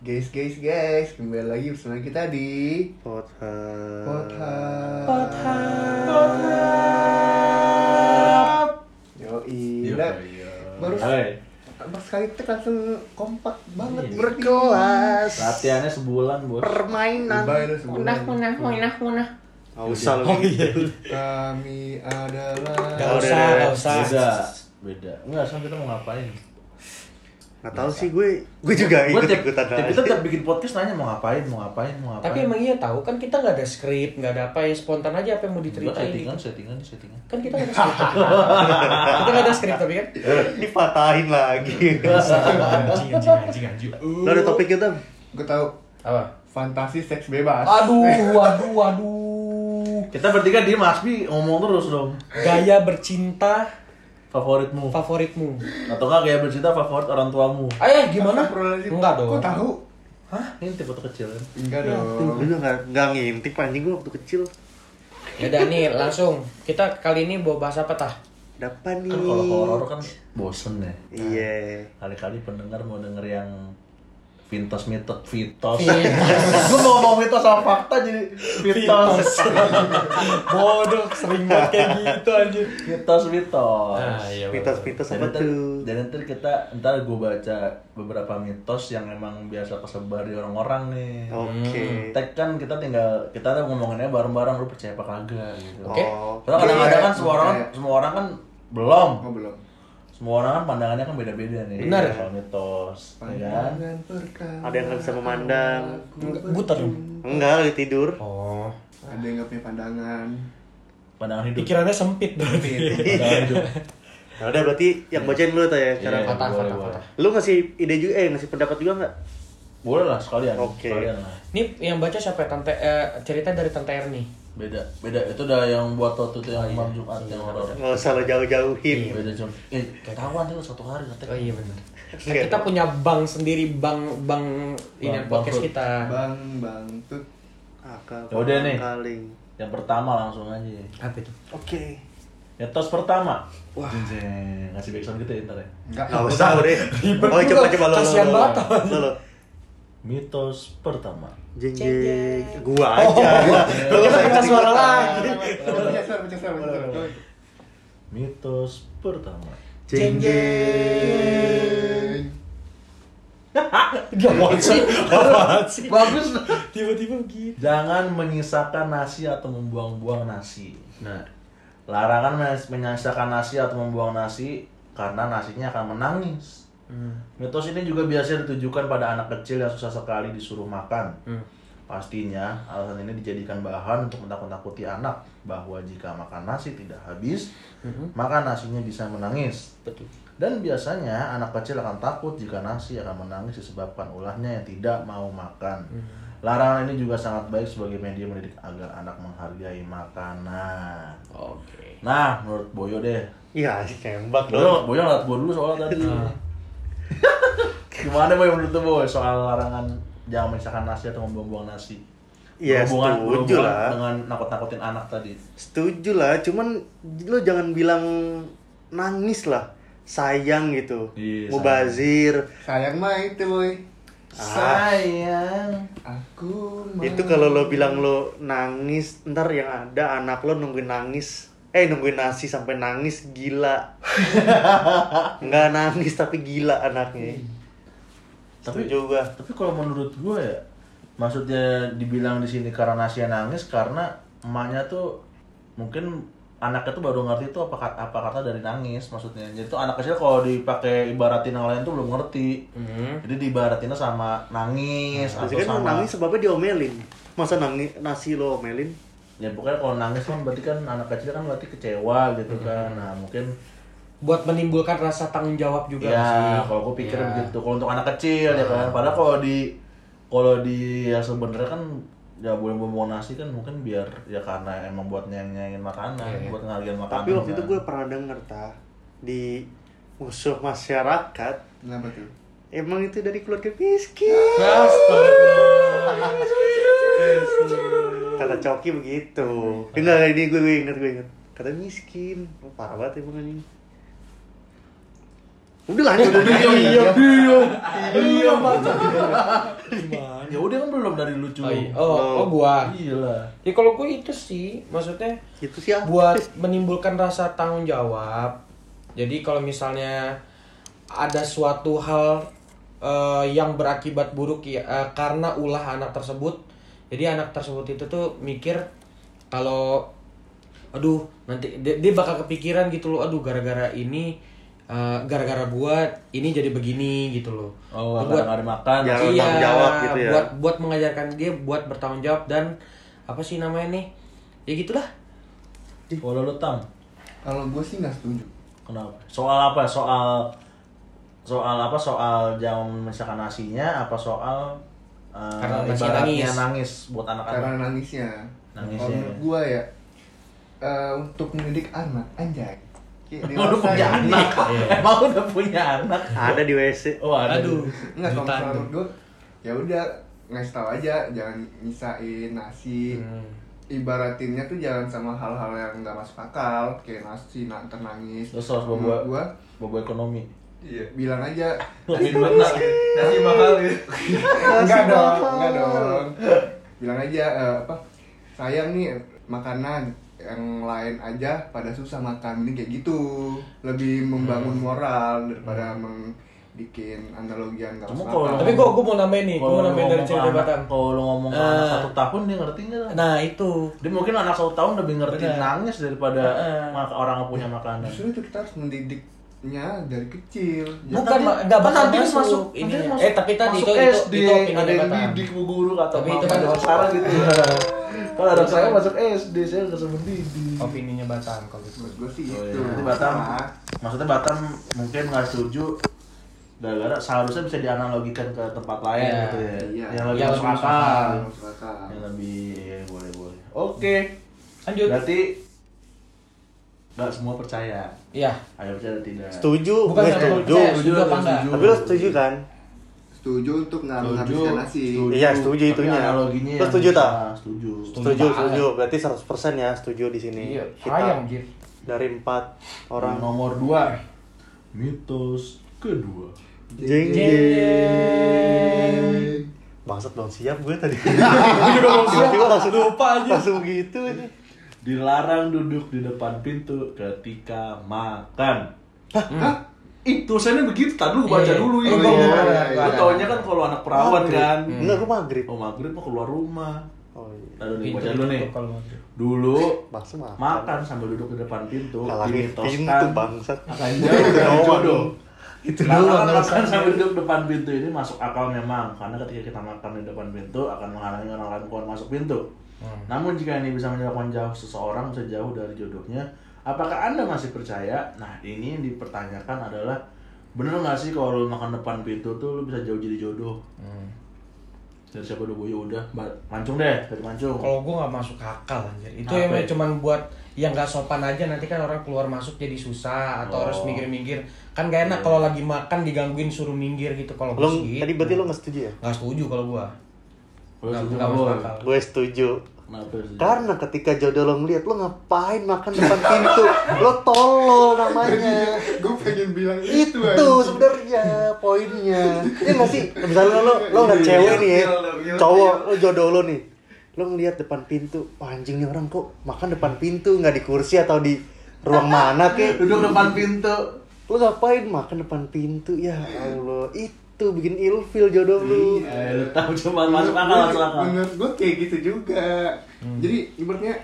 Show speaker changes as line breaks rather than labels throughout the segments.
Guys, guys, guys, kembali lagi bersama kita di
Pothub.
Pothub. Yoi.
Iya,
Nah,
iya.
baru
Hai.
pas kali tek langsung kompak banget
Iya.
berkelas. Nah,
Latihannya sebulan, Bos.
Permainan.
Lebay lu sebulan.
Munah, munah, munah, munah.
Nggak usah
Oh,
lo
iya.
gitu.
Kami
Gak
adalah
Udah,
usah,
udah,
gak
udah.
usah.
Beda. Beda. Enggak, sekarang kita mau ngapain?
Nggak tahu sih gue, gue juga
Gua tiap-
ikut-ikutan
tiap-
aja.
Kita tiap bikin podcast nanya mau ngapain, mau ngapain, mau ngapain.
Tapi emang iya tahu kan kita nggak ada skrip, nggak ada apa ya spontan aja apa yang mau
Gua
diceritain.
settingan, settingan, settingan.
Kan kita nggak ada skrip. kita nggak ada skrip tapi kan.
Dipatahin lagi.
Anjing anjing anjing anjing.
Lo ada topik kita?
gue tahu
kan? Apa?
fantasi seks bebas.
Aduh, waduh, waduh.
Kita bertiga di Mas Bi ngomong terus dong.
Gaya bercinta
Favoritmu
favoritmu.
atau enggak kayak bercerita favorit orang tuamu?
Eh, gimana?
Astagfirullahaladzim.
Enggak dong. Iya.
Kok tahu?
Ini tipe foto kecil kan.
Enggak dong.
Gue nggak nggak ngintip anjing gue waktu kecil.
Yaudah Ya nih langsung kita kali ini bawa bahas apa tah?
Dapat nih.
Kan kalau horor kan bosen ya.
Iya.
Kali-kali pendengar mau denger yang Vintos mitos Vitos.
Vitos.
Gue mau ngomong mitos sama fakta jadi Vitos.
Bodoh, sering banget kayak gitu anjir.
Mitos mitos.
Ah, iya,
Mitos-mitos
Jadi
apa
ntar-
tuh?
Jadi ntar kita ntar gue baca beberapa mitos yang emang biasa kesebar di orang-orang nih.
Oke.
Tag kan kita tinggal kita tuh ngomonginnya bareng-bareng lu percaya apa kagak gitu.
Oke.
Oh.
Soalnya kadang-kadang kan
Iya,
semua orang
percaya.
semua orang kan belum.
Oh, belum.
Semua orang kan pandangannya kan beda-beda nih.
Benar.
Soal mitos,
Oh,
ya
iya.
kan?
Pandangan perkara.
Ada yang nggak bisa memandang.
Buta dong.
Enggak, lagi tidur.
Oh.
Ada yang nggak punya pandangan.
Pandangan hidup.
Pikirannya sempit berarti.
Pandangan hidup.
Nah, udah berarti yang bacain dulu tuh ya
Iya,
sekarang.
Patah,
boleh,
patah,
boleh.
patah.
Lu ngasih ide juga, eh ngasih pendapat juga nggak?
Boleh lah sekalian.
Oke.
Sekalian lah.
Ini yang baca siapa ya? Tante eh, cerita dari Tante Erni.
Beda, beda. Itu udah yang buat waktu itu
Oh, iya.
yang malam Jumat yang horor.
Nggak usah lo jauh-jauhin.
Beda jam. Eh, ketahuan tuh satu hari ngetek.
Oh iya benar. kita punya bank sendiri, bank bank ini
Bank- bank.
podcast kita.
Bang, bang, tut.
Akal
Ya udah nih.
kaling.
Yang pertama langsung aja.
Apa itu?
Oke.
Mitos pertama. Wah. Ngasih background gitu ya ntar ya.
Enggak.
Nggak usah udah.
Ribet
Oh, coba
juga.
coba lo. lo,
Kasian
lo, lo.
banget.
Lo, lo.
Mitos pertama.
Jeng jeng. Gua aja. Lo
Kita
nggak
pecah
ikut
suara
ikutan.
lagi.
Pecah suara, pecah suara, pecah suara.
Mitos pertama.
Jeng jeng.
Jeng.
Dia sih? Apaan sih?
Bagus.
Tiba-tiba gitu. begitu.
Jangan menyisakan nasi atau membuang-buang nasi.
Nah,
Larangan men- menyisakan nasi atau membuang nasi karena nasinya akan menangis.
Hmm,
Mitos ini juga biasa ditujukan pada anak kecil yang susah sekali disuruh makan.
Hmm.
Pastinya alasan ini dijadikan bahan untuk menakut-nakuti anak bahwa jika makan nasi tidak habis, maka nasinya bisa menangis.
betul.
Dan biasanya anak kecil akan takut jika nasi akan menangis disebabkan ulahnya yang tidak mau makan. Larangan ini juga sangat baik sebagai media mendidik agar anak menghargai makanan.
Oke.
Nah, menurut Boyo deh.
Iya, tembak dong.
Boyo, Boyo ngeliat gua dulu soalnya tadi. Gimana Boyo menurut lu, Boy soal larangan jangan memisahkan nasi atau membuang-buang nasi?
Iya,
Berhubungan-
setuju
berhubungan
lah.
Dengan nakut-nakutin anak tadi.
Setuju lah, cuman lo jangan bilang nangis lah. Sayang gitu.
Iya,
Mubazir.
Sayang mah itu boy.
Ah.
Sayang.
Aku mah.
Itu kalau lo bilang lo nangis, ntar yang ada anak lo nungguin nangis. Eh nungguin nasi sampai nangis gila. Nggak nangis tapi gila anaknya.
Tapi-
Tapi juga
Eh, Tapi kalau menurut gue ya, maksudnya dibilang di sini karena Nasya nangis karena emaknya tuh mungkin anaknya tuh baru ngerti tuh apa kata, apa kata dari nangis maksudnya. Jadi tuh anak kecil kalau dipakai ibaratin yang lain tuh belum ngerti. Jadi diibaratinnya sama nangis atau
Pasti Hmm. kan
sama
nangis sebabnya diomelin. Masa nangis nasi lo omelin?
ya pokoknya kalau nangis kan berarti kan anak kecil kan berarti kecewa gitu kan. Nah, mungkin
Buat menimbulkan rasa tanggung jawab juga
ya
sih.
kalau gue pikir
Ya.
begitu kalau untuk anak kecil ya kan padahal kalau di kalau di ya sebenarnya kan ya boleh buang nasi kan mungkin biar ya karena emang buat nyanyain makanan buat ngehargain makanan
Tapi waktu itu
kan.
gue pernah denger ta di musuh masyarakat
Kenapa tuh?
emang itu dari keluarga miskin. Kata Coki begitu. Enggak ini gue, gue inget gue inget. Kata miskin, Oh, parah banget emang anjing. Udah lanjut.
Iya, iya.
Iya,
Gimana?
Ya udah kan belum dari lucu.
Oh, iya. oh, oh gua.
Iya lah.
Ya kalau gua itu sih, maksudnya
Itu sih ah.
buat menimbulkan rasa tanggung jawab. Jadi kalau misalnya ada suatu hal eh, yang berakibat buruk ya eh, karena ulah anak tersebut, jadi anak tersebut itu tuh mikir kalau aduh nanti dia, dia bakal kepikiran gitu loh, aduh gara-gara ini eh, gara-gara gua ini jadi begini gitu loh.
Oh,
Buat- iya,
nggak ada makan.
Ya, Jangan bertanggung jawab gitu ya.
Buat buat mengajarkan dia buat bertanggung jawab dan apa sih namanya nih? Ya gitulah.
Walau lu tam.
Kalau gue sih nggak setuju.
Kenapa? Soal apa? Soal soal apa? Soal jangan misalkan nasinya apa soal eh,
Karena nasi
ibaratnya
nangis.
nangis buat
Karena
anak-anak.
nangisnya.
Nangisnya.
Kalau
iya.
menurut gue ya eh, untuk mendidik anak anjay. Kayak
Emang
dewasa
udah punya
ini.
anak. Emang udah punya anak.
Ada di WC.
Oh, ada.
Aduh.
Enggak kalau
Jutaan
misalnya
tuh.
menurut gue ya udah ngasih tahu aja jangan nyisain nasi
Hmm.
ibaratinnya tuh jangan sama hal-hal yang nggak masuk akal kayak nasi nak ternangis
Terus harus
Menurut
bawa
gua,
bawa ekonomi.
Iya. Bilang aja.
Lebih duit lah.
Nasi mahal gitu.
enggak dong, enggak dong. Bilang aja eh, apa? Sayang nih makanan yang lain aja pada susah makan ini kayak gitu. Lebih membangun moral daripada meng bikin analogi yang nggak
Cuma
masuk
kalau-
akal.
Tapi gua gua mau nambahin nih, gua
Kalau
mau
lu
nambahin dari
ngomong ke
cerita
anak-
Batam.
Kalau lu ngomong ke anak
Eh.
satu tahun dia ngerti nggak?
Nah, itu.
Dia mungkin anak satu tahun lebih ngerti
Bener.
nangis daripada
Heeh.
mak- orang yang punya makanan.
Justru itu kita harus mendidiknya dari kecil.
Ya,
Bukan
tapi-
ma- nggak
kan
bakal
nanti
masuk
nanti
ininya.
masuk-
Eh, tapi tadi
masuk
itu- itu-
SD,
itu opini
ada yang
Batam.
didik bu guru kata
Tapi itu kan
mama.
masuk-
sekarang gitu. Kalau ada
Itu
saya
kan-
masuk SD, saya nggak sebut didik.
Opininya Batam kalau gitu.
Buat gue sih
Oh,
itu.
iya. Berarti Batam, maksudnya Batam mungkin nggak setuju gara-gara seharusnya bisa dianalogikan ke tempat lain
Iya.
gitu ya.
Iya.
Yang lebih
Yang
masuk
lebih masuk
akal.
Yang masuk akal.
Yang lebih iya, boleh boleh. Oke.
Lanjut.
Berarti nggak semua percaya.
Iya.
Ada percaya dan tidak.
Setuju,
Bukan
gue
nggak perlu
setuju.
percaya, setuju apa
Setuju,
enggak?
setuju.
Tapi lo setuju kan?
Setuju untuk nggak menghabiskan nasi.
Iya, setuju
Tapi
itunya.
Analoginya.
Lo setuju,
yang-
tak?
Ah, Setuju.
Setuju,
banget.
setuju. Berarti 100% ya setuju di sini.
Iya,
Kita
sayang, Jir.
dari empat orang.
Orang nomor dua. Mitos kedua.
Jeng jeng. Bangsat belum siap gue tadi. Tiba-tiba langsung lupa aja. Langsung gitu ini.
Dilarang duduk di depan pintu ketika makan. Hmm. Hah? Itu tulisannya begitu, tadi lu gua baca
Iya.
dulu ya.
Oh,
Gua-
iya,
gua-
iya,
gua
iya.
taunya kan kalau anak perawan kan.
Enggak, gue maghrib.
Oh maghrib mau keluar rumah.
Oh iya.
Tadi nih,
Pintu
baca dulu nih.
ditutup Gitu, kalau gitu. maghrib.
Dulu
Maksud Eh, makan.
makan sambil duduk di depan pintu
Kalangin pintu,
dimitoskan
bangsat.
akan jauh dari jodoh
Itu
karena makan sambil duduk depan pintu ini masuk akal memang karena ketika kita makan di depan pintu akan menghalangi orang lain keluar masuk pintu
Hmm.
namun jika ini bisa menyebabkan jauh seseorang bisa jauh dari jodohnya apakah anda masih percaya nah ini yang dipertanyakan adalah bener nggak sih kalau lu makan depan pintu tuh lu bisa jauh jadi jodoh
Hmm.
dari siapa dulu ya udah Ba- mancung deh dari mancung
Kalau gua nggak masuk akal anjir. Itu
Apa
yang
ya?
cuman buat yang nggak sopan aja nanti kan orang keluar masuk jadi susah atau
Oh.
harus minggir-minggir. Kan gak enak kalau lagi makan digangguin suruh minggir gitu kalau
Lo
gua sih.
tadi berarti lo nggak setuju ya?
nggak setuju kalau gua.
Lu
Nggak-
setuju
nggak
nggak,
masuk
Boy?
akal.
Gue setuju.
Kenapa lu setuju?
Karena ketika jodoh lo ngeliat, lo ngapain makan depan pintu? Lo tolol namanya.
Gue pengen bilang
itu
itu. anjing.
sebenarnya poinnya ya nggak sih misalnya lo lo nggak cewek nih ya cowok lo jodoh lo nih lo ngeliat depan pintu Wah, anjing nih orang kok makan depan pintu nggak di kursi atau di ruang mana kek
duduk depan pintu
lo ngapain makan depan pintu ya allah itu bikin ilfil jodoh lo
Iya.
Eh, lu tahu cuma masuk akal
Menurut-
masuk akal. Hmm.
Menurut gue kayak gitu juga. Jadi ibaratnya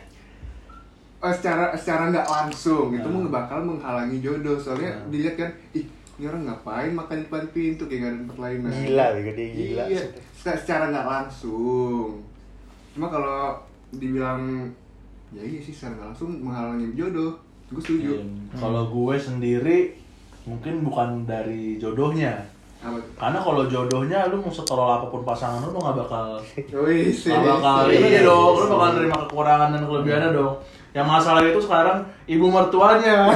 eh, secara secara nggak langsung itu
Hmm.
mah bakal menghalangi jodoh soalnya dilihat kan ih ini orang ngapain makan di depan pintu kayak gak ada tempat lain nah.
Gila, bego dia, gila.
iya se- secara nggak langsung cuma kalau dibilang ya iya sih secara nggak langsung menghalangi jodoh gue setuju
Iya. Kalau gue sendiri mungkin bukan dari jodohnya.
apa tuh?
Karena kalau jodohnya lu mau seterol apapun pasangan lu lu nggak bakal
Wih, sih.
nggak bakal iya dong, lu bakal nerima kekurangan dan kelebihannya dong. Yang masalah itu sekarang ibu mertuanya.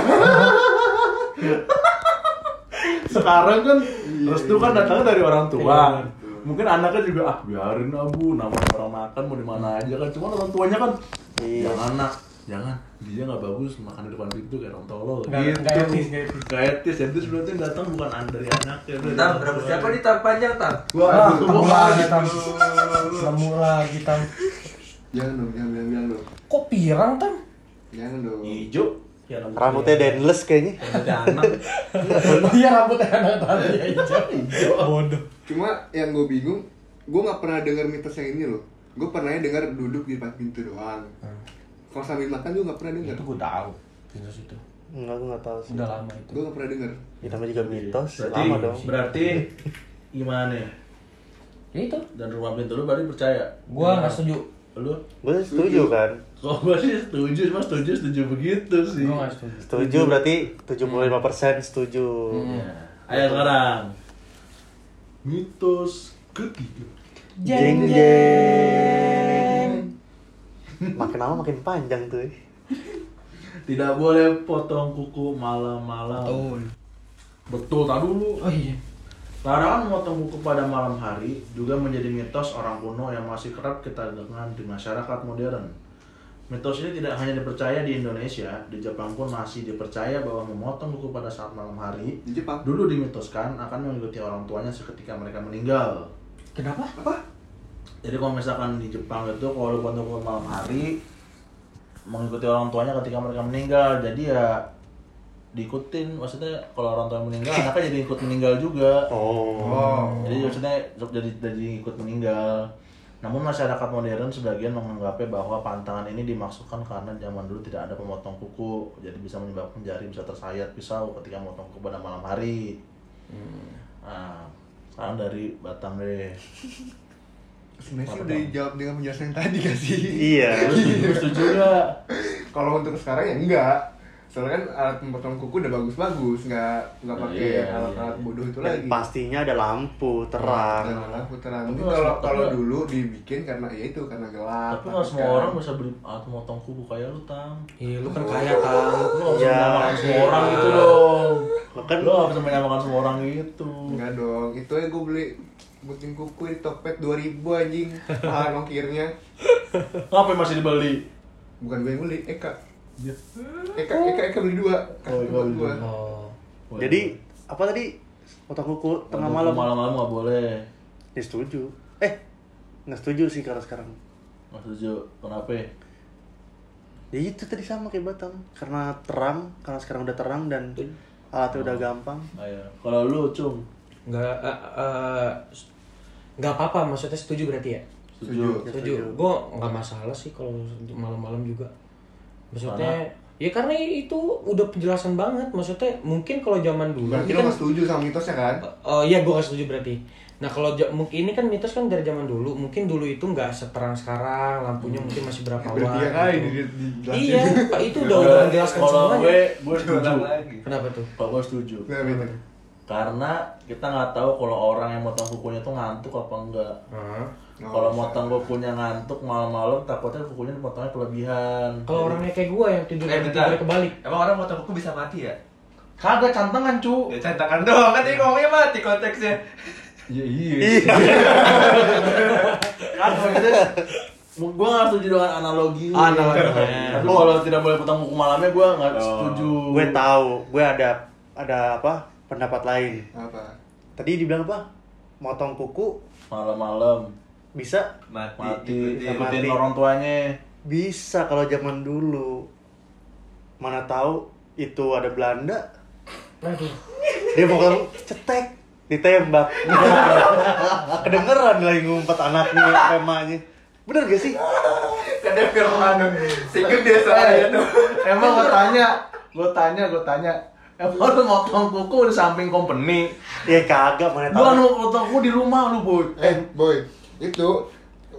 sekarang kan restu kan datangnya dari orang tua. Mungkin anaknya juga ah biarin abu, namanya orang makan mau di mana aja kan. Cuma orang tuanya kan
Iya.
jangan nak jangan dia nggak bagus makan di depan pintu kayak orang tolol
Nggak- nggak etis, nggak etis.
nggak etis ya terus berarti yang datang bukan an- dari anaknya
Tam, berapa siapa nih tam panjang tam?
Ah,
Wah,
Tam lagi tam. Nemu lagi tam.
Jangan dong, jangan bilang bilang dong.
Kok pirang tam?
Jangan dong.
hijau ya rambutnya,
Rambutnya denless kayaknya.
rambutnya anak
Iya rambutnya anak tadi iya, hijau. Bodoh.
Cuma yang gue bingung, gue nggak pernah denger mitos yang ini loh. Gue pernahnya denger duduk di depan pintu doang. Kalau sambil makan gue nggak pernah denger.
Itu gue tahu. Pintus itu.
Enggak, gue nggak tahu sih.
Udah lama itu.
Gue nggak pernah denger.
Ya, namanya juga mitos,
berarti
lama dong.
berarti gimana nih
Ya itu.
dan rumah pintu lu berarti percaya
Gua nggak setuju.
lu
Gue setuju kan.
kalau gua sih setuju cuma setuju setuju begitu sih
Gue nggak setuju.
Setuju berarti 75% setuju.
Hmm.
Iya.
Ya, ayo sekarang mitos ketiga
Jeng jeng. Makin lama makin panjang tuh.
tidak boleh potong kuku malam-malam betul tak dulu
Oh iya.
Larangan memotong kuku pada malam hari juga menjadi mitos orang kuno yang masih kerap kita dengar di masyarakat modern. Mitos ini tidak hanya dipercaya di Indonesia, di Jepang pun masih dipercaya bahwa memotong kuku pada saat malam hari
Di Jepang.
dulu dimitoskan akan mengikuti orang tuanya seketika mereka meninggal.
Kenapa?
Jadi kalau misalkan di Jepang itu kalau lu potong kuku malam hari mengikuti orang tuanya ketika mereka meninggal. Jadi ya diikutin maksudnya kalau orang tuanya meninggal anaknya jadi ikut meninggal juga.
Oh.
Oh.
Jadi maksudnya jadi jadi ikut meninggal. Namun masyarakat modern sebagian menganggapnya bahwa pantangan ini dimaksudkan karena zaman dulu tidak ada pemotong kuku, jadi bisa menyebabkan jari bisa tersayat pisau ketika memotong kuku pada malam hari. Nah, sekarang dari Batam deh.
Sebenarnya sih udah dijawab dengan penjelasan yang tadi kan sih.
Iya.
Terus setuju, setuju nggak?
Kalau untuk sekarang ya enggak. Soalnya kan alat pemotong kuku udah bagus-bagus, nggak nggak pakai
Iya, iya,
alat-alat
iya.
bodoh itu
Dan
lagi.
pastinya ada lampu terang.
Alat-alat putaran.
Tapi
Mungkin
nggak
Kalau
semua-
kalau
tapi-
dulu dibikin karena ya itu karena gelap.
Tapi nggak semua
kan.
orang bisa beli alat pemotong kuku kayak lu tam.
Iya lu kan kaya tam.
Lu nggak bisa
Ya.
menyamakan semua orang gitu dong.
Lo kan
Lu nggak bisa menyamakan semua orang gitu.
Enggak dong, itu aja gue beli buting kuku di Tokped 2000 anjing Tahan ongkirnya
Ngapain masih dibeli?
Bukan gue yang beli, Eka
Iya.
Eka, Eka, Eka beli dua
Oh,
Kasih
Eka
buat
beli
gue
dua.
Oh.
iya.
jadi apa tadi? Potong kuku tengah malam.
Malam-malam nggak boleh.
Ya setuju. Eh, nggak setuju sih kalau sekarang.
Mas Ujo, kenapa?
Ya itu tadi sama kayak Batam. Karena terang, karena sekarang udah terang dan alatnya udah gampang.
Ayo. Ah, iya. Kalau lu cum,
Nggak eh, eh, nggak apa-apa maksudnya setuju berarti ya?
Setuju
Setuju. Gue nggak masalah sih kalau untuk malam-malam juga. Maksudnya ya karena itu udah penjelasan banget. Maksudnya mungkin kalau zaman dulu
Berarti
ini
lo
kan
gak setuju sama mitosnya kan?
Oh iya gue gak setuju berarti. Nah kalau ja- mungkin ini kan mitos kan dari zaman dulu, mungkin dulu itu nggak seterang sekarang, lampunya mungkin masih berapa watt.
Berarti Hmm. ya
gitu.
kali di- dijelasin.
Iya, Pak, itu udah udah
Kalau-
menjelaskan
kalau
semuanya.
gue, gue setuju.
Diulang lagi.
Kenapa tuh?
Kalau gue setuju.
Nah, bener
Karena kita nggak tahu kalau orang yang motong kukunya tuh ngantuk apa enggak. Kalau motong kukunya ngantuk malam-malam takutnya kukunya dipotongnya kelebihan.
Kalau
Jadi-
orangnya kayak gue yang tidur
Eh bentar.
tidur kebalik.
Emang orang potong kuku bisa mati ya?
kagak cantengan cu.
Ya cetakan doang kan ini ngomongnya mati konteksnya.
Iya iya. kan maksudnya gue nggak setuju dengan analogi.
Analoginya.
Tapi kalau tidak boleh potong kuku malamnya gue nggak setuju.
Gue tahu, gue ada ada apa? Pendapat lain.
Apa?
Tadi dibilang apa? Motong kuku
malam-malam
bisa
Mati.
mati
ikutin.
ikutin
mati.
orang tuanya.
bisa kalau zaman dulu. Mana tahu itu ada Belanda.
Nah,
Aduh.
Dia mau kan cetek ditembak. Kedengeran lagi ngumpet anaknya, remanya. Bener gak sih?
Kadang firman Sikut dia
Eh,
soalnya
gitu.
tuh.
Eh, Emang gue tanya, gue tanya, gue tanya. Emang lu motong kuku di samping company?
Ya kagak mana
Gua
tahu.
lu motong kuku di rumah lu boy.
Eh, boy Itu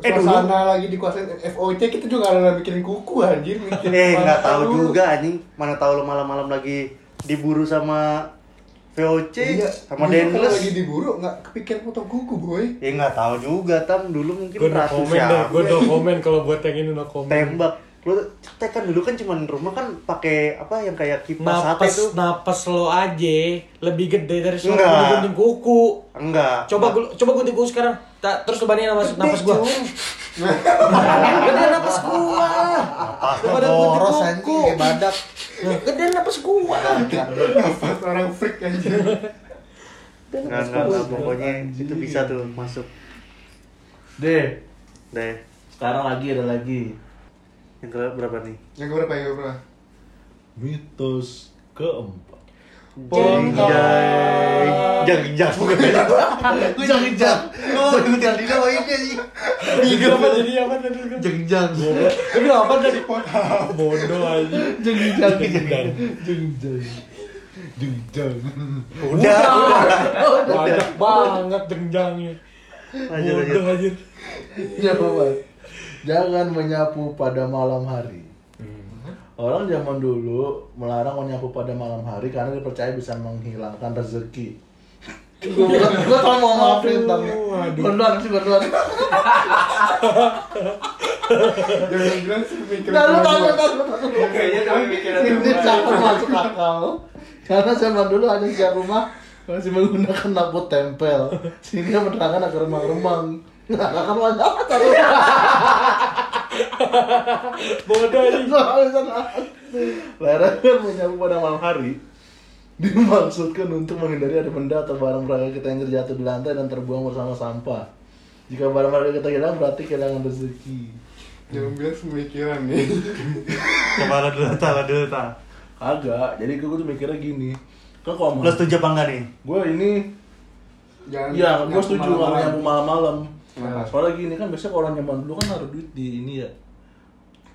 Eh, dulu.
Suasana lagi dikuasain FOC kita juga gak mikirin kuku anjir mikirin
Eh
kepala
nggak tahu
dulu.
juga anjing. Mana tahu lo malam-malam lagi diburu sama VOC
Iya,
sama
dulu kalau
Denless.
lagi diburu gak kepikiran potong kuku boy
Ya nggak tahu juga tam dulu mungkin
Gue no
ratus
komen deh,
ya.
gue no komen kalau buat yang ini no komen.
Tembak. Lo cetek kan dulu kan cuman rumah kan pakai apa yang kayak kipas sate
Napas,
tuh.
napas lo aja lebih gede dari suara
Enggak.
lu gunting kuku.
Enggak.
Coba gue, coba gunting kuku sekarang. Ta- terus lu bandingin sama
Gede,
napas gue.
cuy.
Gedean napas gua. Daripada gua
boros,
dibuku.
anjing, kayak badak.
Gedean napas gua.
Nafas orang freak anjir.
Gedean
Nggak,
napas
nggak,
gua.
nggak, pokoknya itu bisa tuh masuk
Deh,
deh.
sekarang lagi ada lagi.
Yang ke berapa nih?
Yang keberapa ya, Bro?
Mitos keempat.
Jenggai. Jenggai.
Jengjang. Lu ikutin Dino ini aja.
Apa jadi apa tadi?
Jengjang.
Tapi apa tadi? Bodoh aja.
Jengjang.
Jengjang. Jengjang. Jengjang.
Udah,
Banyak banget jengjangnya.
Lanjut, lanjut.
Bodoh aja.
Ya, Bapak. Jangan menyapu pada malam hari. Orang zaman dulu melarang menyapu pada malam hari karena dipercaya bisa menghilangkan rezeki. Gue tau mau maafin tentang Berdoan sih berdoan
Jangan bilang sih mikir.
Nah, lu
gua.
tau, lu tau, lu tau.
Kayaknya tapi pikiran
Ini
gua.
sangat masuk akal Karena zaman dulu hanya siap rumah masih menggunakan lampu tempel Sehingga menerangkan agar remang-remang Nah, akan banyak apa tadi?
Bodoh aja.
Larangan menyapu pada malam hari dimaksudkan untuk menghindari ada benda atau barang berharga kita yang terjatuh di lantai dan terbuang bersama sampah. Jika barang berharga kita hilang berarti kehilangan rezeki.
Jangan bilang semikiran nih.
Coba lah dulu, tala dulu, tala.
Agak, jadi gue tuh mikirnya gini. Kan kalau
Lo setuju apa enggak nih?
gue ini
Jangan.
Iya, gue
nyapu
setuju nggak
malam-malam.
nyapu malam-malam.
Nah.
Soalnya gini kan biasanya orang nyaman dulu kan naruh duit di ini ya,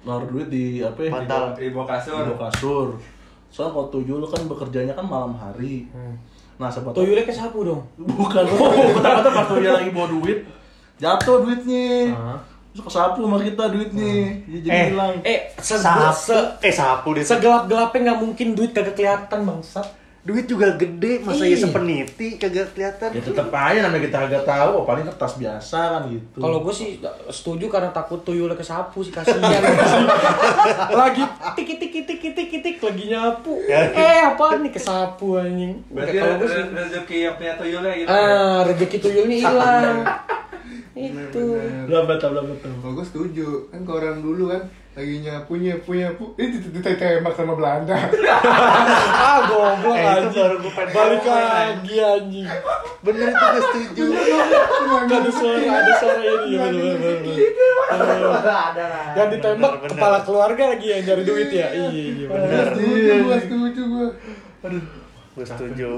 naruh duit di apa ya?
Bantal.
Ribo
Di
kasur.
bawah kasur. Soalnya kalau tuyul lu kan bekerjanya kan malam hari. Nah sempat
Tuyulnya ke sapu dong.
bukan. Kata-kata pas tuyul lagi bawa duit, jatuh duitnya.
Ah.
Terus kesapu sama kita duitnya. Jadi jadi
Eh,
hilang.
Eh, se
Sapu,
se
eh sapu deh.
segelap-gelapnya nggak mungkin duit kagak kelihatan bangsat.
Duit juga gede, masa ya
Iya.
sepeniti kagak kelihatan.
Ya tetep aja namanya kita agak tahu, oh, paling kertas biasa kan gitu.
Kalau gue sih setuju karena takut tuyulnya ke sapu sih kasihan. lagi tik tik tik tik tik tik lagi nyapu. Eh, apaan nih ke sapu anjing?
Berarti
Kalau gua sih
re-
eh,
rezeki yang punya tuyulnya gitu.
ah rezeki tuyulnya hilang. Itu.
Bener.
belum betul belum betul.
Kalau gue setuju, kan ke orang dulu kan lagi nyapu nyapu nyapu, eh ditembak sama Belanda.
Ah, goblok
Eh, itu
anjing.
baru gue pengen
Balik
ngomong,
lagi anjing.
Bener itu gue setuju.
Ada suara, ada suara ini. bener, bener, bener.
Ada lah.
Yang ditembak
Bener, bener.
kepala keluarga lagi yang cari duit ya. Iya, iya
Gua
bener.
Setuju gue, setuju gue.
Gue setuju.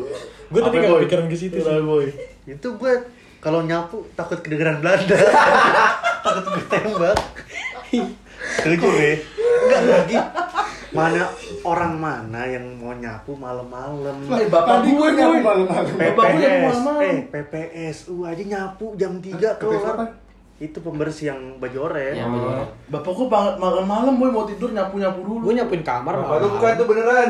Gue tadi
Apa,
nggak
Boy?
pikiran ke situ sih.
Iya, Boy.
Itu gue kalau nyapu takut kedengeran Belanda. takut gue tembak. Setuju gue. Enggak lagi. Mana orang mana yang mau nyapu malam-malam?
Lah,
bapak
Tadi gue
gue,
nyapu
Boy.
malam-malam.
Eh, Bapak gue nyapu
PPS,
malam-malam.
eh PPSU aja nyapu jam 3
PPSU apa?
keluar. Itu pembersih yang Iya, baju oranye.
Oh.
Bapak gua bang- malam-malam boy mau tidur nyapu-nyapu dulu.
Gue nyapuin kamar
Baru bukan
malam.
tuh beneran.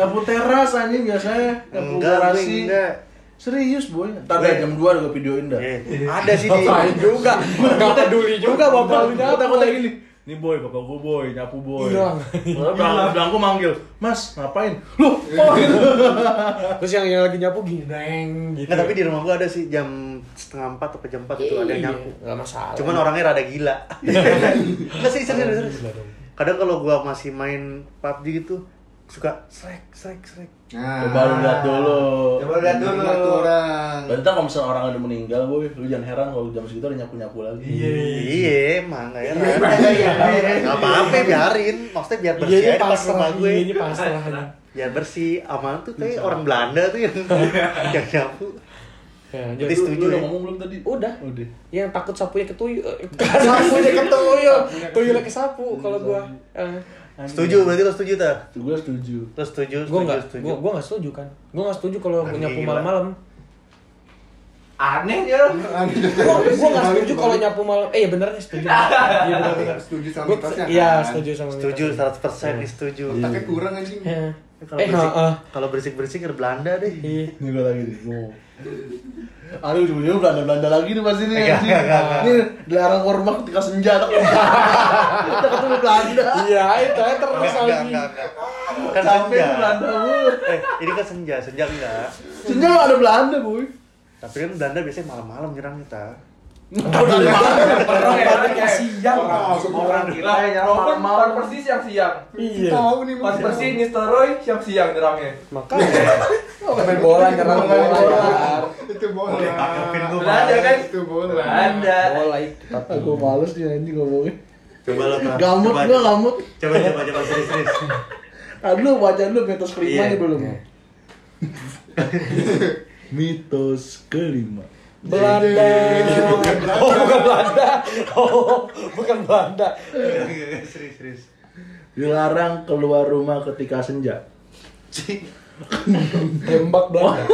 nyapu teras anjing biasanya, nyapu
Enggak, Boy,
garasi.
enggak.
Serius boy. Entar deh jam 2 gua videoin dah.
Eh,
Ada sih di juga. Gak peduli juga bapak lu
Takut
nyapu.
takut lagi nih. Nih boy, bapak gua boy, nyapu boy.
Hilang.
Orang Bilang, bilang gua manggil, Mas ngapain? Loh, oh gitu.
Terus yang, yang lagi nyapu gini, neng gitu.
Nggak, Nah, tapi di rumah gua ada sih jam setengah empat atau jam empat itu ada yang nyapu.
Gak masalah. Iya,
Cuman orangnya rada gila. Enggak sih, serius, serius.
Gila iya, dong.
Kadang kalau gua masih main PUBG gitu, suka srek, srek, srek.
Nah,
Coba lu lihat dulu.
Coba lihat dulu.
Iya, Lihat tuh orang.
Bentar kalau misalnya orang udah meninggal boy, lu jangan heran kalau jam segitu ada nyapu-nyapu lagi.
Iya, emang nggak ya. Nggak apa-apa, biarin. Maksudnya biar
Iya
bersih
ini
aja pas rumah
pasrah,
gue.
iya ini pasrah.
Biar bersih, aman tuh kayak orang Belanda tuh yang yang nyapu.
Ya,
Jadi
jadi
Lu-
setuju
lu udah
ya?
ngomong belum tadi?
Udah.
Udah.
yang takut sapunya ke tuyul, eh, sapunya ke tuyul, tuyulnya ke sapu kalau gua. Eh.
Setuju, berarti lo setuju tak?
Gue setuju.
Lo setuju,
Gua
setuju,
nggak,
setuju.
gua gua nggak setuju kan. Gua nggak setuju kalau
Ah,
nyapu
gila.
malam-malam.
Aneh ya.
Gua gua nggak setuju
Iya,
kalau nyapu malam. Eh ya bener nih setuju. Iya bener bener.
Setuju sama
Gua-
mitosnya,
Iya
kan?
setuju sama.
Setuju,
mitosnya. Iya.
100% nih setuju.
Otaknya kurang anjing.
Eh,
Kalau
eh,
berisik,
heeh.
kalau berisik-berisik ke Belanda deh.
Iya.
Ini gue lagi nih, gue. Aduh, ujung-ujungnya Belanda-Belanda lagi nih pasti nih.
Enggak, enggak, enggak,
Ini dilarang korma ketika senja. Kita ketemu Belanda.
Iya itu aja terus
Enggak, enggak,
lagi.
enggak, enggak.
Ah,
Kan
Sampai
senja.
Belanda, boy.
Eh, ini kan senja, senja enggak.
Senja nggak ada Belanda, boy.
Iya.
Tapi kan Belanda biasanya malam-malam nyerang kita.
Udah malam.
Orang ya, orang ya.
Kasian
Orang-
Pak.
Orang gila kayaknya
Walaupun
malam-malam.
Pan persis yang siang.
Iya.
Tahu nih
Pan persis Mr. Roy siang siang nyerangnya.
Makanya
main bola nyerang bola nyerang.
Itu bola.
Udah takepin tuh,
Belanda kan?
Itu bola.
Belanda.
bola itu tapi
Aku males nih anjing ngomongin.
Coba lo Pak.
Gamut
Coba-
gua gamut.
Coba coba coba serius serius.
Aduh lu baca lu mitos kelima
Iya.
nih belum. mitos kelima.
Belanda oh bukan Belanda oh bukan Belanda
Serius serius.
Dilarang keluar rumah ketika senja.
tembak Belanda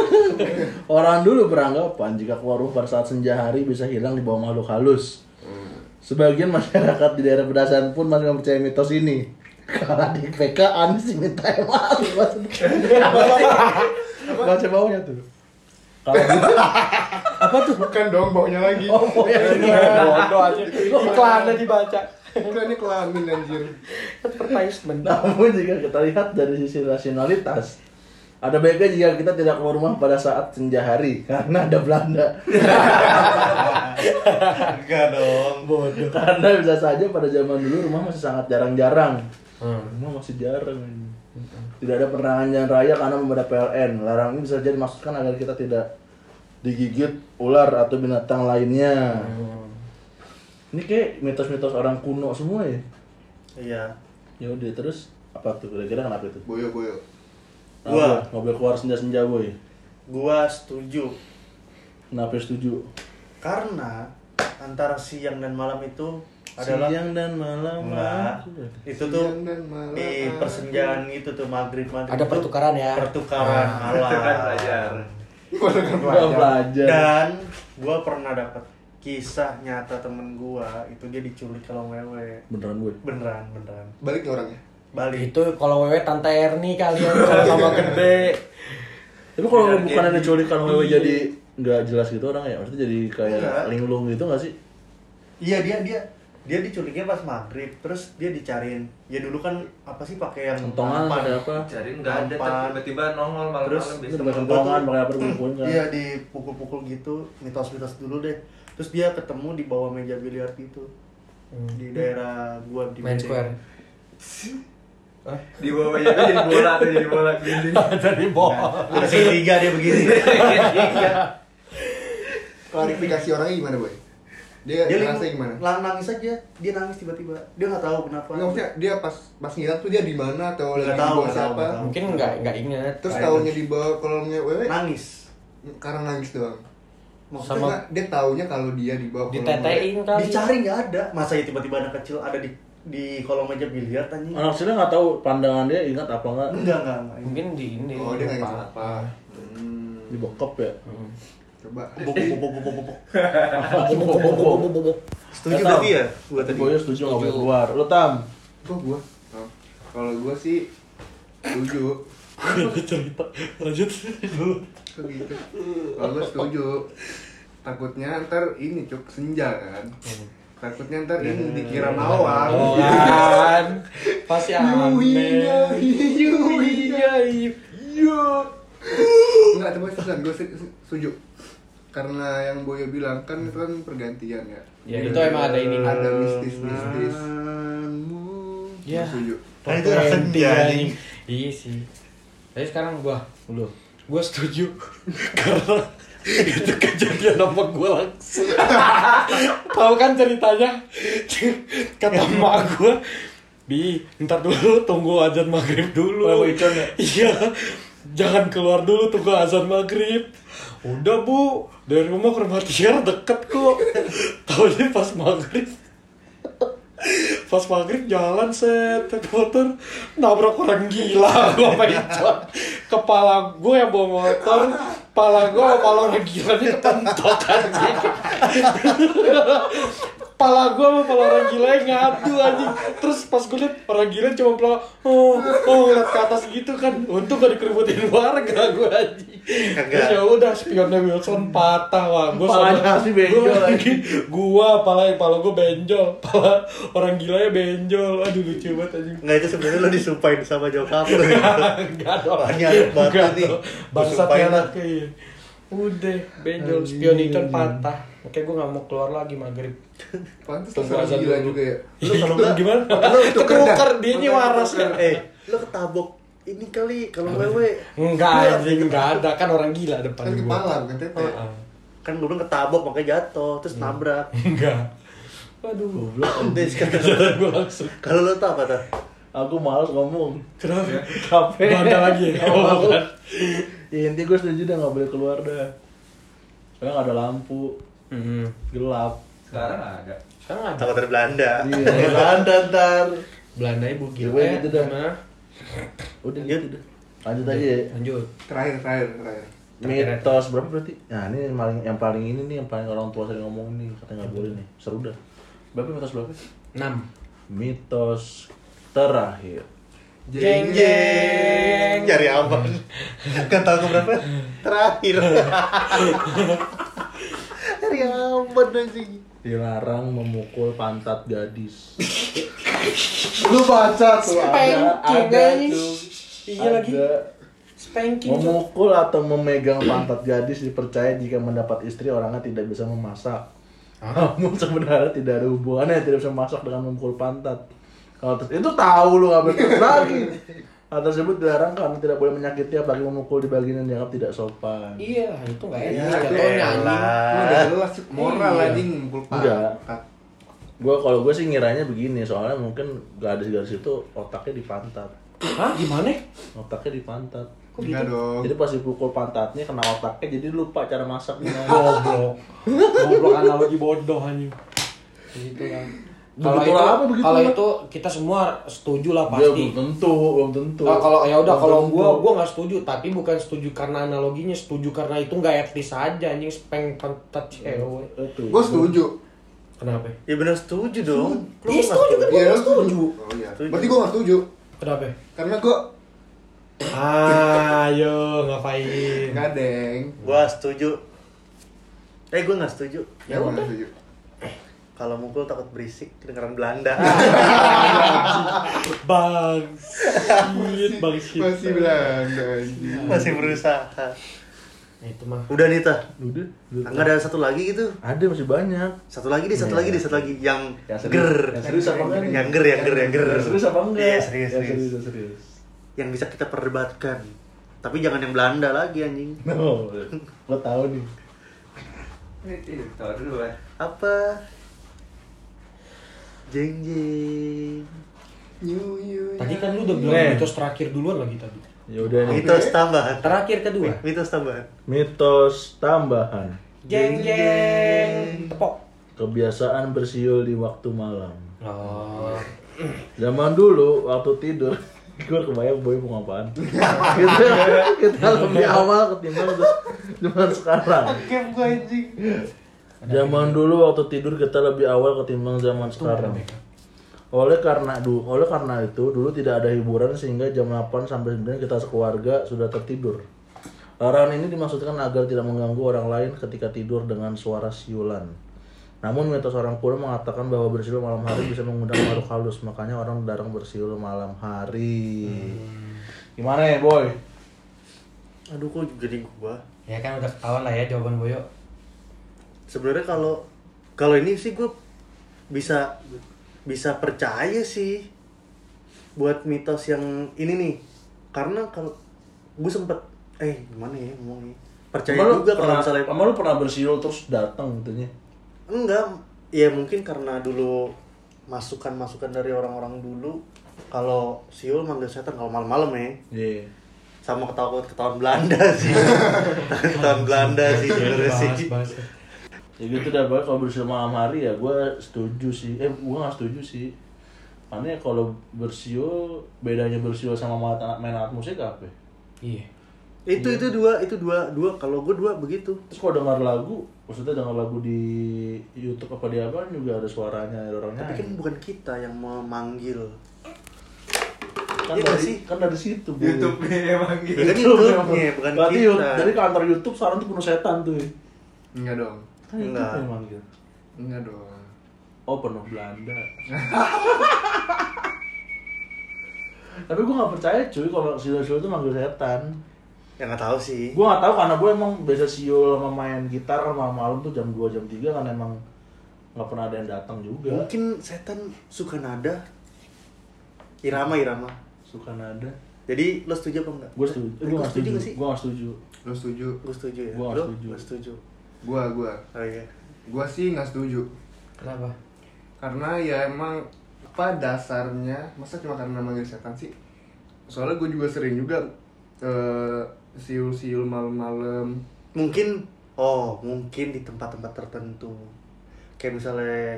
Orang dulu beranggapan jika keluar rumah pada saat senja hari bisa hilang di bawah makhluk halus.
Hmm.
Sebagian masyarakat di daerah pedesaan pun masih mempercayai mitos ini. Kalau di PK Anies diminta MR maksudnya. Baca bawahnya tuh. Kalau gitu apa tuh?
Bukan dong, baunya lagi. Iya.
Oh, baunya lagi.
bodoh aja iklannya dibaca
Udah ini kelamin anjir.
advertisement
Namun jika kita lihat dari sisi rasionalitas, ada baiknya jika kita tidak keluar rumah pada saat senja hari karena ada Belanda.
Enggak dong.
Bodoh. Karena bisa saja pada zaman dulu rumah masih sangat jarang-jarang. Rumah masih jarang. ini. Tidak ada penerangan jalan raya karena belum ada PLN. Larang ini bisa jadi maksudkan agar kita tidak digigit ular atau binatang lainnya. Ini kayak mitos-mitos orang kuno semua ya.
Iya.
Ya udah terus apa tuh kira-kira kenapa itu?
Boyo boyo.
Wah,
Gua.
mobil keluar senja-senja boy.
Gua setuju
Kenapa setuju?
karena antara siang dan malam itu adalah
siang dan malam.
Enggak. Itu tuh
Siang dan malam.
di persenjaan itu tuh maghrib maghrib.
Ada
tuh
pertukaran ya?
Pertukaran alam.
pertukaran pelajar.
Bola. kan,
Gua belajar.
Dan gua pernah dapat kisah nyata temen gua itu dia diculik kalau wewe.
Beneran gue.
Beneran beneran.
Balik nih orangnya.
Balik.
itu Gitu, kalau wewe tante Erni kalian sama gede
Tapi
Ya,
kalau bukan ada culik kalau wewe jadi
Iya.
nggak jelas gitu orang ya, maksudnya jadi kayak
Enggak.
linglung gitu nggak sih?
Iya dia dia dia diculiknya pas maghrib terus dia dicariin ya dulu kan apa sih pakai yang
Kentongan
nampan.
ada apa?
Cari nggak ada,
Nampan.
tapi tiba-tiba nongol malam-malam
Terus
Itu
biasa.
pakai kentongan, pakai apa dikumpulin kan?
Iya dipukul-pukul gitu mitos-mitos dulu deh. Terus dia ketemu di bawah meja biliar gitu
Hmm.
di daerah gua di
main
Medan.
square
Di bawah meja tuh jadi bola tuh jadi bola keliling.
dari bola
Ada segitiga dia begini.
Klarifikasi orangnya gimana boy? Dia,
dia
ngerasa
ling-
gimana?
lang- nangis aja dia nangis tiba-tiba dia nggak tahu kenapa.
Enggak maksudnya dia pas pas ngilang tuh dia di mana atau lagi
Nggak
di
tahu,
bawah
nggak tahu,
siapa?
nggak tahu. Nah.
mungkin nggak nggak ingat
Terus tahunya di bawah kolomnya wewe
nangis.
karena nangis doang.
Maksudnya
Sama dia taunya kalau dia di bawah kolom wewe.
ditetein kali
dicari nggak ada. Masa ya tiba-tiba anak kecil ada di di kolom meja biliar tanya.
Ah.
Anak kecilnya nggak tahu pandangan dia ingat apa nggak?
Enggak enggak enggak.
mungkin di ini
Oh, dia nggak
apa.
ngerti apa. Hmm.
Di bokep ya.
Coba.
Bok, bok, bok, bok, bok, bok.
Nggak
Setuju
tahu.
berarti ya gua tadi.
Boyo setuju nggak boleh keluar. Lo tam?
Kok gua? Oh. Kalau gua sih setuju.
Cerita lanjut dulu.
Kok gitu? Kalau gua setuju. Takutnya ntar ini cuk senja kan. Takutnya ntar
Hmm.
ini dikira mawar.
Oh, kan pasti
Yuinya,
aneh
yuinya.
Iya.
Enggak, tapi seriusan gue setuju. Karena yang Boyo bilang kan itu kan pergantian ya.
Ya, itu emang ada ini.
Ada mistis-mistis. Gua
Ya.
setuju.
Kan itu rasa senja, anjing.
Iya sih. Tapi sekarang gua
Lo.
gua setuju karena itu kejadian apa gua langsung. Tahu kan ceritanya? Kata mak gua, "Bi, ntar dulu tunggu azan maghrib dulu."
Wewe Icon ya?
Iya. Jangan keluar dulu tunggu azan maghrib. Udah bu, dari rumah ke rumah Tiara deket kok. Tahunya pas maghrib. Pas maghrib jalan set naik motor nabrak orang gila gua sama Icon. Kepala gue yang bawa motor, kepala gue sama kepala orang gila ini kepentok anjing. Kepala gue sama kepala orang gila yang ngadu anjing. Terus pas gue liat orang gila cuma pelak oh oh ngeliat ke atas gitu kan. Untung gak dikerubutin warga gue anjing. Terus ya udah spionnya Wilson patah wah. Gue
Palanya asli benjol, anjing.
gua pala pala gua benjol pala orang gila ya benjol aduh lucu banget anjing
Enggak itu sebenarnya lo disumpahin sama jokap lo gitu.
enggak dong
Banyak banget
Enggak
nih.
dong. bangsat ya
Disumpahin
anak iya. udah benjol spion ikan patah Makanya gue gak mau keluar lagi maghrib
Pantes
Tunggu
lah
azan
gila
dulu.
juga ya.
Lu kalau gimana?
Lu tuker dah.
Ketuker, dia ini waras kan?
eh lo ketabok ini kali kalau wewe Iya,
Enggak anjing, enggak ada kan orang gila depan
Kan
gua. Ah,
kepala bukan tete.
Heeh.
kan gue bilang ketabok makanya jatuh
Iya.
terus nabrak
Enggak. Waduh.
Deh, sekarang-
Jalan gua langsung.
kalau lo tau apa tuh
Aku males ngomong.
Kenapa?
Capek.
Bantah lagi.
Oh,
Oh,
aku- Ya, intinya gue setuju dah nggak boleh keluar dah. Soalnya nggak ada lampu,
Hmm.
gelap.
Sekarang ada.
Sekarang ada.
takut dari Belanda
Iya. Belanda ntar.
Belanda ibu gila.
Coba
Eh,
gitu dah.
gimana?
Udah
Iya.
gitu dah. Lanjut aja ya.
Lanjut.
Terakhir terakhir terakhir.
Mitos berapa berarti? Nah ini yang paling yang paling ini nih yang paling orang tua sering ngomong nih katanya nggak boleh nih. Seru dah. Berapa mitos berapa?
6.
Mitos terakhir.
Jeng jeng.
nyari aman gak tau ke berapa terakhir nyari aman anjing
Dilarang memukul pantat gadis.
Lu baca tuh.
ada ada tuh.
Iya lagi.
Ada.
Spanking tuh.
Memukul atau memegang pantat gadis dipercaya jika mendapat istri orangnya tidak bisa memasak. Namun sebenarnya tidak ada hubungannya tidak bisa memasak dengan memukul pantat. Kalau terus- itu tahu lu nggak betul lagi. Hal tersebut dilarang karena tidak boleh menyakiti apalagi memukul di bagian yang dianggap tidak sopan.
Iya, itu enggak
Ya,
enak jatuhnya anjing.
Lu udah jelas moral
Iya.
anjing ngumpul
Enggak.
pak.
Gue kalau gue sih ngiranya begini soalnya mungkin gadis-gadis itu otaknya di pantat,
Hah, gimana?
otaknya di pantat.
gitu?
Enggak dong.
Jadi pas dipukul pantatnya kena otaknya jadi lupa cara masaknya.
Goblok. Goblok analogi bodoh anjing. Gitu kan. Kalau
Begitu
itu,
apa, begitu
kalau
apa.
itu kita semua setuju lah
Ya,
pasti.
belum tentu, belum tentu.
Ah, kalau ya udah
Belum
kalau
tentu.
gua gua nggak setuju tapi bukan setuju karena analoginya setuju karena itu nggak etis aja anjing speng pantat cewek
Itu.
Gue setuju.
kenapa
ya bener setuju dong Lu
Iya,
nggak
setuju kan? Gua
Iya,
nggak
lu
setuju.
Oh iya.
Setuju.
Berarti gue gak setuju.
kenapa
Karena gue
ayo ngapain
ngadeng.
gua setuju eh gua nggak setuju
Ya gue gak setuju.
kalau mukul takut berisik kedengeran Belanda
bangsit bangsit
Masih Belanda anjing.
masih berusaha
nah, itu mah
udah nih tah
Udah, udah.
nggak ada satu lagi gitu
Ada masih banyak.
satu lagi deh satu
Iya.
lagi deh satu lagi yang
Yang serius-
ger
yang serius apa enggak nih?
yang ger yang ger yang ger
Yang serius apa enggak?
Iya, serius,
Yang
serius.
serius, serius.
yang bisa kita perdebatkan tapi jangan yang Belanda lagi anjing
No, gua tahu nih.
Tahu dulu ya.
apa jeng jeng
New Year.
tadi kan lu udah bilang mitos terakhir duluan lagi tadi
Ya udah nih.
mitos tambahan
terakhir kedua
mitos tambahan
Mitos tambahan.
jeng jeng tepok
Kebiasaan bersiul di waktu malam.
oh
Zaman dulu waktu tidur gue kebayang boy mau ngapain kita, kita lebih awal ketimbang terus zaman sekarang zaman dulu waktu tidur kita lebih awal ketimbang zaman sekarang oleh karena du, oleh karena itu dulu tidak ada hiburan sehingga jam 8 sampai 9 kita sekeluarga sudah tertidur larangan ini dimaksudkan agar tidak mengganggu orang lain ketika tidur dengan suara siulan namun mitos orang kuno mengatakan bahwa bersiul malam hari bisa mengundang makhluk halus makanya orang dilarang bersiul malam hari gimana ya boy
aduh kok jadi gua
ya kan udah ketahuan lah ya jawaban boyo
sebenarnya kalau kalau ini sih gua bisa bisa percaya sih buat mitos yang ini nih karena kalau gua sempet eh gimana ya ngomongnya percaya
Emang lu
juga kalau
pernah-
misalnya
emang lu pernah bersiul terus gitu datang gitunya
Enggak, ya mungkin karena dulu masukan-masukan dari orang-orang dulu kalau siul manggil setan kalau malam-malam ya
Iya.
sama ketahuan ketahuan Belanda sih ketahuan Belanda Iya sih
Iya,
sebenarnya sih
bahas
ya gitu dah boy kalau bersiul malam hari ya gue setuju sih eh gue nggak setuju sih karena ya kalau bersiul bedanya bersiul sama main alat, main alat musik apa ya?
iya
itu itu dua itu dua dua kalau gue dua begitu
terus kalau dengar lagu maksudnya dengar lagu di YouTube apa di apa juga ada suaranya ada orangnya
tapi kan bukan kita yang memanggil
kan
iya nggak
dari
sih?
kan dari situ boy.
YouTube-nya
Iya.
emang gitu.
Ya kan
Itu
YouTube-nya,
memang.
bukan
Iya, Berarti
kita.
kan
Iya.
YouTube- Jadi kantor YouTube sekarang tuh penuh setan tuh. ya.
Enggak dong.
Kan YouTube
Enggak.
yang manggil.
Enggak dong.
Oh penuh Belanda. Tapi gue gak percaya cuy kalau siul-siul itu manggil setan.
Ya nggak tahu sih.
Gue gak tahu karena gue emang biasa siul sama main gitar kan malam-malam tuh jam 2 jam 3 kan emang nggak pernah ada yang datang juga.
Mungkin setan suka nada. Irama irama.
Suka nada.
Jadi lo setuju apa enggak?
Gue setuju.
Eh,
Gue
gua
gak
setuju
setuju.
nggak sih?
Gue gak setuju.
Lo setuju?
Gue setuju ya.
Gua
Lo
setuju.
nggak setuju.
Gua, gua.
Oh iya.
Gua sih nggak setuju.
Kenapa?
Karena ya emang apa dasarnya masa cuma karena manggil setan sih? Soalnya gue juga sering juga eh, siul-siul malam-malam.
Mungkin oh, mungkin di tempat-tempat tertentu. Kayak misalnya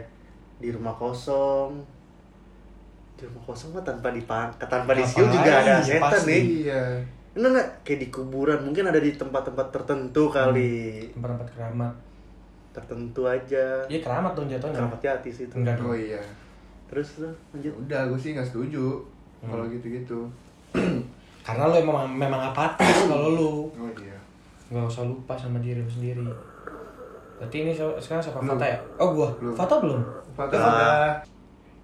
di rumah kosong. Di rumah kosong mah tanpa dipan tanpa disiul juga
Ngapain?
ada
Ya,
setan
pasti.
nih.
Iya.
Enggak enggak kayak di kuburan, mungkin ada di tempat-tempat tertentu kali.
Tempat-tempat keramat.
Tertentu aja.
Iya Hmm. keramat dong jatuhnya.
Keramatnya hati situ.
Enggak
Oh
dong.
iya. Ya
Terus tuh lanjut.
Udah, gue sih nggak setuju kalau gitu-gitu.
Karena lu emang memang apatis kalau lu
Oh iya.
nggak usah lupa sama diri lu sendiri. Berarti ini so- sekarang siapa
Belum.
Fata ya? Oh gua.
Belum.
Fata belum.
Fakta udah.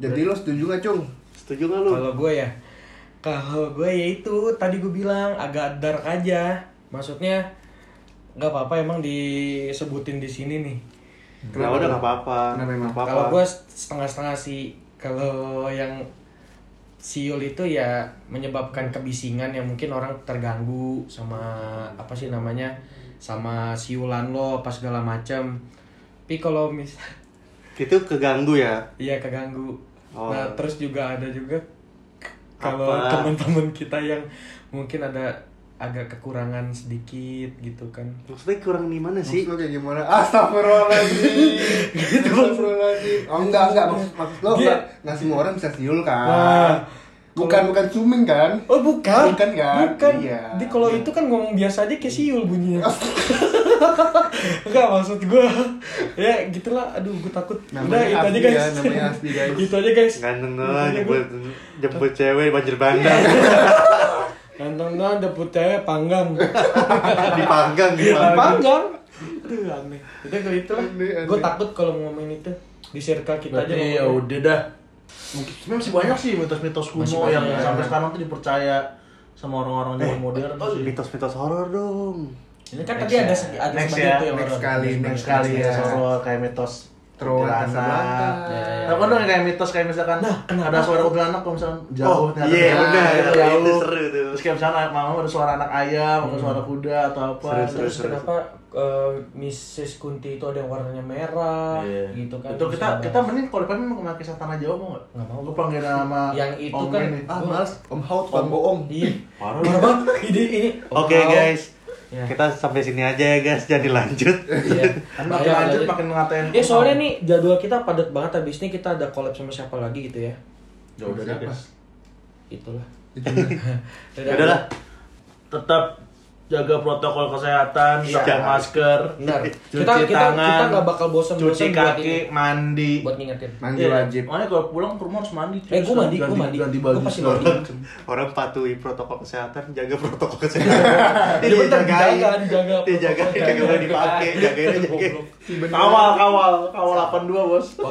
Jadi lo setuju nggak, Cung?
Setuju nggak lu?
Kalau gue ya, kalau gue ya itu tadi gue bilang agak dark aja. Maksudnya nggak apa-apa emang disebutin di sini nih.
Ya
Kenapa Ya udah nggak apa-apa.
Kenapa emang?
Nggak apa-apa.
Kalau gue setengah-setengah sih. Kalau yang siul itu ya menyebabkan kebisingan yang mungkin orang terganggu sama apa sih namanya sama siulan lo apa segala macam. Tapi kalau mis
itu keganggu ya.
Iya keganggu.
Oh.
Nah terus juga ada juga k- kalau
Apa?
teman-teman kita yang mungkin ada agak kekurangan sedikit gitu kan.
Maksudnya kurang di mana sih?
Maksud lo kayak gimana? Astagfirullahaladzim Astagfirullahaladzim Oh enggak, enggak Maksud, maksud lo
Dia-
enggak, nggak semua orang bisa siul kan
Nah,
Bukan, bukan cuming kan?
Oh bukan?
Bukan kan?
Bukan.
Iya.
Di kalau itu kan ngomong biasa aja kayak siul bunyinya. Enggak maksud gue. Ya gitulah. Aduh gue takut.
Namanya
Udah
Asli ya,
itu aja guys.
namanya Asli guys
Gitu aja guys.
Ganteng
Gitu
lah,
aja,
jemput,
gua.
jemput cewek banjir bandang
Ganteng lah, dapet cewek panggang. Iya,
Dipanggang gitu
panggang. Aduh aneh. Itu kalau itu lah.
Aneh, aneh.
Gue takut kalau ngomongin itu di circle kita aja.
Berarti ya
ngomongin.
udah dah. Mungkin sebenarnya masih banyak sih mitos-mitos kuno yang sampai sekarang tuh dipercaya sama orang-orang zaman modern
Oh,
sih.
mitos-mitos horor dong
Ini kan tadi ada se- ada
Next
sebagian
ya,
tuh yang
next
orang.
kali,
Next kali
ya.
ya horor kayak mitos
Terowongan Casablanca.
ya.
Nah,
ya?
kan dong yang kayak mitos kayak misalkan ada suara kuntilanak kalau misalkan jauh
Oh, iya, benar.
gitu,
Itu
jauh.
seru tuh.
Terus kayak misalkan mau ada suara anak ayam, atau suara kuda atau apa.
Terus kenapa eh, Mrs. Kunti itu ada yang warnanya merah
Iya.
gitu kan.
Itu
Terus
kita
ada-
kita mending kalau depan mau pakai setan aja mau enggak?
Nggak mau.
Gua panggil nama
Yang itu
Om
kan-
ini.
Ah males, Om Haut, Om Boong
Iya. Parah banget. Ini ini.
Oke
Wow.
guys
Ya.
Kita sampai sini aja ya guys, jangan dilanjut
Iya.
Kan makin
Bayar,
lanjut Iya,
lanjut.
makin ngatain.
Ya soalnya nih jadwal kita padat banget habis ini kita ada collab sama siapa lagi gitu ya.
Ya udah deh, guys.
Itulah.
Ya udahlah
Tetap jaga protokol kesehatan, pakai masker,
Benar.
cuci
Kita kita
tangan,
kita nggak bakal
cuci
bosan-bosan buat
kaki,
ini
mandi.
buat ngingetin.
Mandi
Iya,
wajib
Makanya kalau pulang ke rumah harus mandi.
Eh,
cuy.
gua mandi, gua
ganti,
mandi.
Ganti baju.
Gua pasti
segala
mandi.
macem.
Orang patuhi protokol kesehatan, jaga protokol kesehatan
Iya, bener, dijaga, Iya. dijaga protokol
Dijagain, kagak boleh dipakai Jagain, jagain
Kawal, kawal, kawal 82 bos.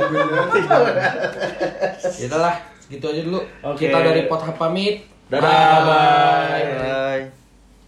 Ya udahlah, gitu aja dulu.
Oke.
Kita dari Pot Hap pamit.
Dadah, bye.
Bye